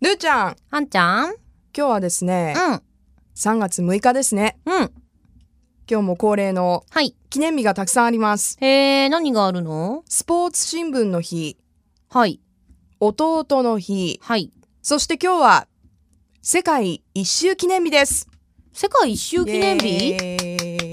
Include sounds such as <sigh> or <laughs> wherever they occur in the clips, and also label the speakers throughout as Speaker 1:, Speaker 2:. Speaker 1: ルーちゃん、
Speaker 2: あんちゃんうん。
Speaker 1: 今日はですね、3月6日ですね。
Speaker 2: うん。
Speaker 1: 今日も恒例の
Speaker 2: はい。
Speaker 1: 記念日がたくさんあります。
Speaker 2: へえ、何があるの
Speaker 1: スポーツ新聞の日、
Speaker 2: はい。
Speaker 1: 弟の日、
Speaker 2: はい。
Speaker 1: そして今日は世界一周記念日です。
Speaker 2: 世界一周記念
Speaker 1: イ
Speaker 2: 日
Speaker 1: エ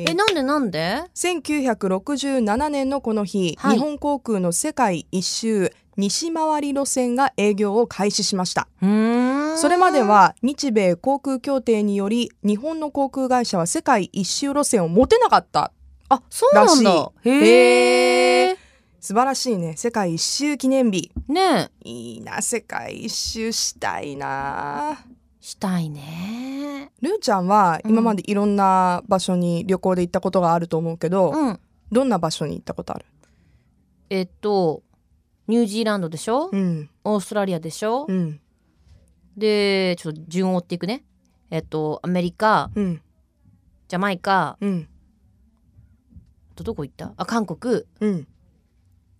Speaker 1: ー
Speaker 2: え、
Speaker 1: イ
Speaker 2: なんでなんで
Speaker 1: 1967年のこの日、
Speaker 2: はい
Speaker 1: 日本航空の世界一周西回り路線が営業を開始しました。
Speaker 2: うーん
Speaker 1: それまで、は日米航空協定により日本の航空会社は世界一周路線を持てなかった
Speaker 2: あ、そうなんだ
Speaker 1: ら。
Speaker 2: へえ。
Speaker 1: 素晴らしいね世界一周記念日
Speaker 2: ねえ。
Speaker 1: いいな世界一周したいな
Speaker 2: したいね。
Speaker 1: ルーちゃんは
Speaker 2: うん
Speaker 1: 今までいろんな場所に旅行で行ったことがあると思うけど、
Speaker 2: うん。
Speaker 1: どんな場所に行ったことある
Speaker 2: えっと、ニュージーランドでしょ
Speaker 1: うん
Speaker 2: オーストラリアでしょ
Speaker 1: うん
Speaker 2: で、ちょっと順を追っていくね。えっと、アメリカ、
Speaker 1: うん
Speaker 2: ジャマイカ、
Speaker 1: うん
Speaker 2: あとどこ行ったあ、韓国
Speaker 1: うん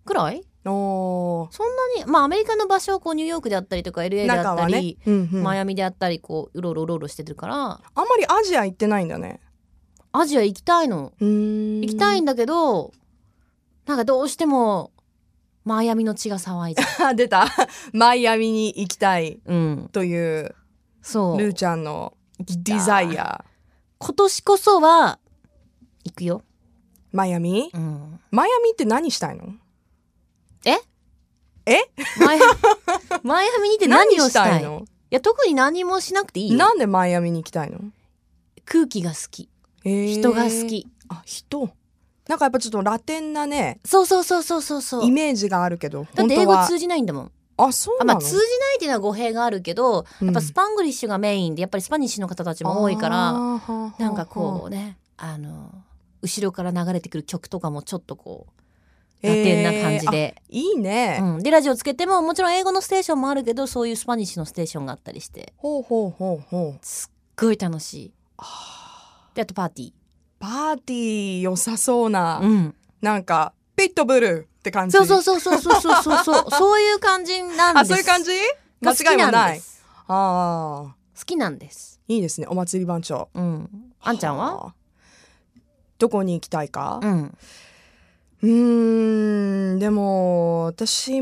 Speaker 2: くらい
Speaker 1: お
Speaker 2: そんなに、まあアメリカの場所をこうニューヨークであったりとか LA
Speaker 1: ー
Speaker 2: であ
Speaker 1: 中
Speaker 2: った
Speaker 1: は
Speaker 2: り、
Speaker 1: ね、うんうん、あ
Speaker 2: マ
Speaker 1: ん
Speaker 2: イアミであったりこううろうろうろうろしてるから
Speaker 1: まりアジア行ってないんだね
Speaker 2: アジア行きたいの
Speaker 1: 行
Speaker 2: 行きたい
Speaker 1: ん
Speaker 2: んだけど、なんかどうしてもマイアミの血が騒いじゃ、
Speaker 1: だ <laughs> 出たマイアミに行きたいう
Speaker 2: うん、
Speaker 1: という
Speaker 2: そう
Speaker 1: ルーちゃんのデザイア
Speaker 2: 今年こそは行くよ、
Speaker 1: マイアミ
Speaker 2: うん、
Speaker 1: マイアミって何したいの
Speaker 2: マイ
Speaker 1: <laughs>
Speaker 2: アミマイアミに行って何をしたいい
Speaker 1: の
Speaker 2: や特に何もしなくていいよ
Speaker 1: なんでマイアミに行きたいの、
Speaker 2: 空気が好き
Speaker 1: へー
Speaker 2: 人が好き、
Speaker 1: あ人なんかやっぱちょっとラテンなね
Speaker 2: そうそうそうそうそうそう
Speaker 1: イメージがあるけど
Speaker 2: だっ
Speaker 1: 本
Speaker 2: て英
Speaker 1: 当
Speaker 2: 語
Speaker 1: は
Speaker 2: 通じないんだもん
Speaker 1: あそう
Speaker 2: あ、
Speaker 1: な
Speaker 2: ま
Speaker 1: の
Speaker 2: あ、通じないっていうのは語弊があるけどやっぱス
Speaker 1: パ
Speaker 2: パングリッシュがメインでやっぱりスパニッシュの方たちも多いから、なんかこうねあの後ろから流れてくる曲とかもちょっとこうラテンな感じで、
Speaker 1: いいね、
Speaker 2: うん、でラジオつけてももちろん英語のステーションもあるけどそういうスパニッシュのステーションがあったりして
Speaker 1: ほうほうほうほう
Speaker 2: すっごい楽しい
Speaker 1: あ
Speaker 2: であとパーティ
Speaker 1: ーパーティー良さそうな、
Speaker 2: ー、うん、
Speaker 1: なんかピットブルーって感じ
Speaker 2: そうそうそうそうそうそうそ
Speaker 1: <laughs>
Speaker 2: うそうそういう感じなんです
Speaker 1: あそういう感じ間
Speaker 2: が好
Speaker 1: 違
Speaker 2: き
Speaker 1: いも
Speaker 2: な
Speaker 1: なん
Speaker 2: で
Speaker 1: い
Speaker 2: す
Speaker 1: ああ
Speaker 2: 好きなんです
Speaker 1: いいですねお祭り番長
Speaker 2: うんあんちゃんは
Speaker 1: あどこに行きたいか
Speaker 2: うん
Speaker 1: うーんでも私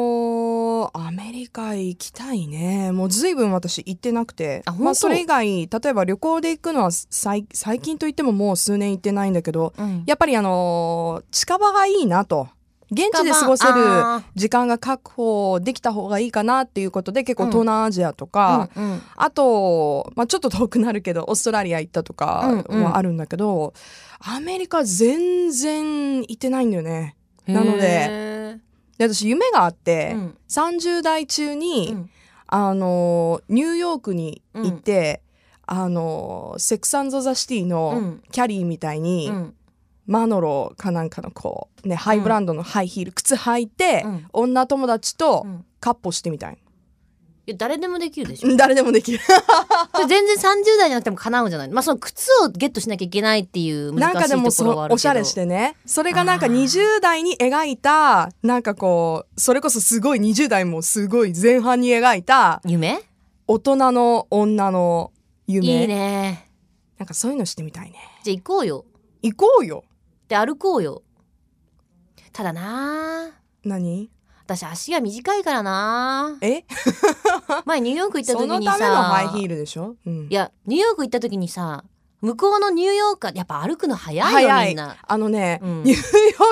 Speaker 1: もアメリカ行きたいねもう随分私行ってなくて
Speaker 2: あ本当
Speaker 1: まあ、それ以外例えば旅行で行くのは最最近といってももう数年行ってないんだけど
Speaker 2: うん
Speaker 1: やっぱりあのー近場がいいなと現地で過ごせる
Speaker 2: あ
Speaker 1: 時間が確保できた方がいいかなっていうことで結構
Speaker 2: うん
Speaker 1: 東南アジアとか、
Speaker 2: ーうんうん
Speaker 1: あと、まあ、ちょっと遠くなるけどオーストラリア行ったとか
Speaker 2: うんうん
Speaker 1: はあるんだけど、アメリカ全然行ってないんだよね。なので
Speaker 2: へ
Speaker 1: で私夢があって、
Speaker 2: ーうん
Speaker 1: 30代中に、
Speaker 2: うん
Speaker 1: あのニューヨークに行って、あのセックサンド・ザ・シティ
Speaker 2: う
Speaker 1: の
Speaker 2: ん
Speaker 1: キャリーみたいに、
Speaker 2: うん
Speaker 1: マノロかなんかのこう、ね、ハイブランドのハイヒール靴履いて、
Speaker 2: うん
Speaker 1: 女友達と
Speaker 2: うん
Speaker 1: カッポしてみたい。
Speaker 2: いや誰でもできるでしょ
Speaker 1: 誰でもできる。
Speaker 2: それ全然30代じゃなくても叶うんじゃないまあその靴をゲットしなきゃいけないっていう難
Speaker 1: なん
Speaker 2: し
Speaker 1: かで
Speaker 2: い
Speaker 1: も
Speaker 2: とこ
Speaker 1: そ
Speaker 2: ろは
Speaker 1: の
Speaker 2: あるけど
Speaker 1: おしゃれしてねそれがなんか
Speaker 2: あー
Speaker 1: 20代に描いたなんかこうそれこそすごい20代もすごい前半に描いた
Speaker 2: 夢
Speaker 1: 大人の女の夢
Speaker 2: いいね
Speaker 1: なんかそういうのしてみたいね
Speaker 2: じゃあ行こうよ
Speaker 1: 行こうよ
Speaker 2: で歩こうよただなあ
Speaker 1: 何
Speaker 2: 私足が短いからな
Speaker 1: え
Speaker 2: あ前ニューヨーク行った
Speaker 1: そ
Speaker 2: 時
Speaker 1: の
Speaker 2: に
Speaker 1: た
Speaker 2: さ
Speaker 1: めのハイヒールでしょ、うん
Speaker 2: いやニューヨーク行った時にさ向こうのニューヨーカーやっぱ歩くの早いよ
Speaker 1: 早い
Speaker 2: みんな
Speaker 1: あのね、
Speaker 2: うん
Speaker 1: ニューヨ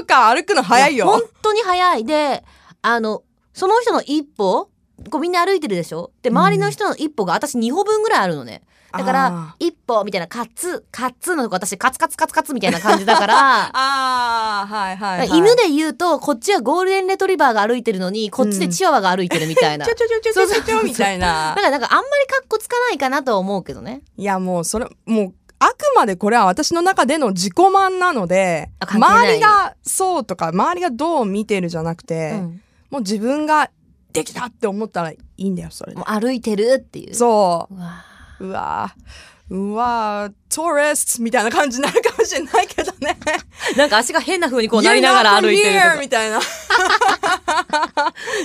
Speaker 1: ーカー歩くの早い
Speaker 2: や
Speaker 1: よ
Speaker 2: 本当に早いであのその人の一歩こうみんな歩いてるでしょで周りの人の一歩が私2歩分ぐらいあるのね、だか
Speaker 1: あ
Speaker 2: ら一歩みたいなカツカツのとこ私カツカツカツカツみたいな感じだから
Speaker 1: あーはいはい、はい、
Speaker 2: 犬で言うとこっちはゴールデンレトリバーが歩いてるのにこっちでチワワが歩いてるみたいな、
Speaker 1: ちょちょちょちょちょちょち
Speaker 2: そうそう
Speaker 1: ょ
Speaker 2: そう
Speaker 1: みたいな
Speaker 2: だからなんかあんまりかっこつかないかなとは思うけどね
Speaker 1: いやもうそれもうあくまでこれは私の中での自己満なので
Speaker 2: あ関係な
Speaker 1: 周
Speaker 2: い
Speaker 1: りがそうとか周りがどう見てるじゃなくて、
Speaker 2: うん
Speaker 1: もう自分ができたって思ったらいいんだよそれで
Speaker 2: もう歩いてるっていう
Speaker 1: そう
Speaker 2: わ
Speaker 1: ううわーうわートーレスみたいな感じになるかもしれないけどね
Speaker 2: <laughs> なんか足が変な風にこうなりながら歩いてる
Speaker 1: You're not from here
Speaker 2: とか
Speaker 1: みたいな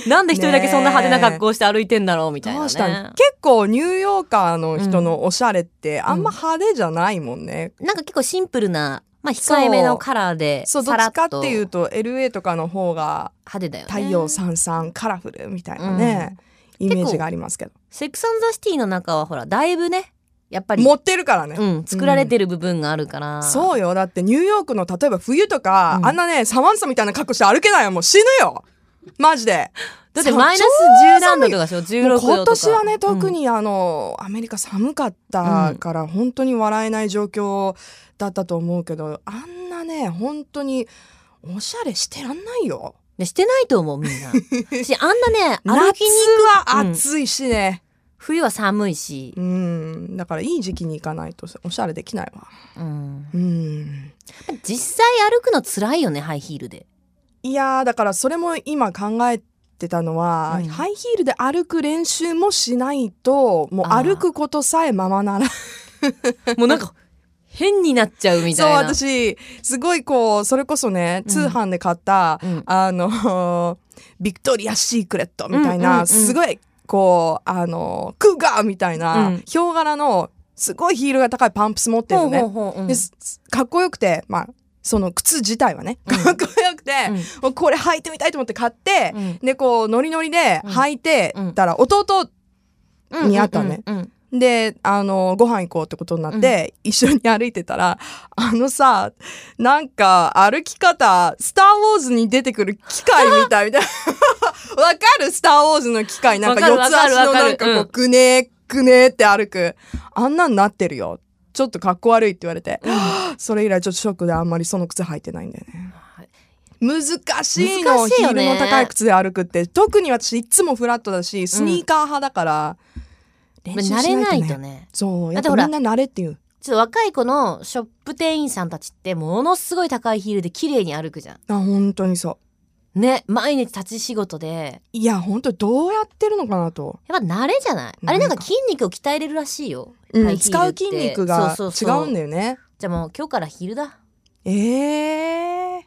Speaker 2: なんで一人だけそんな派手な格好して歩いてんだろうみたいな、
Speaker 1: ど
Speaker 2: ね。
Speaker 1: うしたん結構ニューヨーカーの人のおしゃれってあんま派手じゃないもんね、
Speaker 2: なんか結構シンプルな、まあ控えめのカラーで、
Speaker 1: そうど
Speaker 2: さ
Speaker 1: っ
Speaker 2: ら
Speaker 1: ち
Speaker 2: っ
Speaker 1: かっ
Speaker 2: と
Speaker 1: ていう
Speaker 2: 派
Speaker 1: と LA とかの方が
Speaker 2: 手だよね。
Speaker 1: 太陽さんさんカラフルみたいなね、イメージがありますけど
Speaker 2: セックス・アンド・ザ・シティの中はほら、だいぶね、やっぱり、
Speaker 1: 持ってるからね、
Speaker 2: うん、作られてる部分があるから。
Speaker 1: そうよだってニューヨークの例えば冬とか、
Speaker 2: うん
Speaker 1: あんなねサマンサみたいな格好して歩けないよもう死ぬよマジで
Speaker 2: だってマイナス10何度とかでしょ
Speaker 1: も
Speaker 2: ?16 度
Speaker 1: う
Speaker 2: とか。
Speaker 1: 今年はね特
Speaker 2: うん
Speaker 1: にあの、アメリカ寒かったから本当に笑えない状況だったと思うけどあんなね本当におしゃれしてらんないよ
Speaker 2: ねしてないと思う
Speaker 1: <laughs>
Speaker 2: みんな。私あんなね、
Speaker 1: 夏
Speaker 2: 歩きに、
Speaker 1: は暑いしね、
Speaker 2: 冬は寒いし
Speaker 1: う、ん、だからいい時期に行かないとおしゃれできないわ
Speaker 2: うん
Speaker 1: うん
Speaker 2: 実際歩くの辛いよね、ハイヒールで。
Speaker 1: いやーだからそれも今考えてたのは、
Speaker 2: うん
Speaker 1: ハイヒールで歩く練習もしないともう
Speaker 2: あー
Speaker 1: 歩くことさえままならない
Speaker 2: もうなんか、変になっちゃうみ
Speaker 1: そう
Speaker 2: たいな。
Speaker 1: 私すごいこうそれこそね
Speaker 2: うん
Speaker 1: 通販で買った、
Speaker 2: うん
Speaker 1: あのビクトリア・シークレットみたいな、
Speaker 2: うんうんうん
Speaker 1: すごいこうあのクーガーみたいな、
Speaker 2: うん
Speaker 1: ヒョウ柄のすごいヒールが高いパンプス持ってる
Speaker 2: ほ
Speaker 1: の
Speaker 2: う
Speaker 1: ね
Speaker 2: ほうほううん。
Speaker 1: ですかっこよくてまあその靴自体はね
Speaker 2: うん
Speaker 1: かっこよくて、
Speaker 2: うん
Speaker 1: もうこれ履いてみたいと思って買って、
Speaker 2: うん
Speaker 1: でこうノリノリで
Speaker 2: うん
Speaker 1: 履いて
Speaker 2: うん
Speaker 1: たら弟
Speaker 2: うん
Speaker 1: 似合ったね。
Speaker 2: うんうん
Speaker 1: であのご飯行こうってことになって、一緒に歩いてたらあのさなんか歩き方「スター・ウォーズ」に出てくる機械みたいみ
Speaker 2: <laughs>
Speaker 1: たいなわかる「スター・ウォーズ」の機械なんか四
Speaker 2: わ
Speaker 1: つ
Speaker 2: かる
Speaker 1: 足
Speaker 2: わ
Speaker 1: の
Speaker 2: かる
Speaker 1: なんかこう、
Speaker 2: うん
Speaker 1: くねーくねーって歩くあんなんなってるよちょっとかっこ悪いって言われて、 <gasps> それ以来ちょっとショックであんまりその靴履いてないんだよね。難しいの
Speaker 2: 難しい
Speaker 1: ヒ
Speaker 2: よ
Speaker 1: ール
Speaker 2: ね
Speaker 1: の高い靴で歩くって特に私いつもフラットだしスニーカー派だから、
Speaker 2: まあ
Speaker 1: 練習しな
Speaker 2: 慣
Speaker 1: いと
Speaker 2: れ
Speaker 1: ね
Speaker 2: ないとね。
Speaker 1: そうやっ
Speaker 2: だって
Speaker 1: ぱ
Speaker 2: ほら
Speaker 1: みんな慣れっていう
Speaker 2: ちょっと若い子のショップ店員さんたちってものすごい高いヒールで綺麗に歩くじゃ。
Speaker 1: あ本当にそうん
Speaker 2: ね、毎日立ち仕事で。
Speaker 1: いや本当どうやってるのかなと、
Speaker 2: やっぱ慣れじゃないあれなんか筋肉を鍛えれるらしいよ。ハイヒ
Speaker 1: 使
Speaker 2: ール
Speaker 1: う
Speaker 2: って
Speaker 1: 筋肉が違
Speaker 2: そうそうそう
Speaker 1: うんだよね
Speaker 2: じゃあもう今日からヒールだ。
Speaker 1: ええ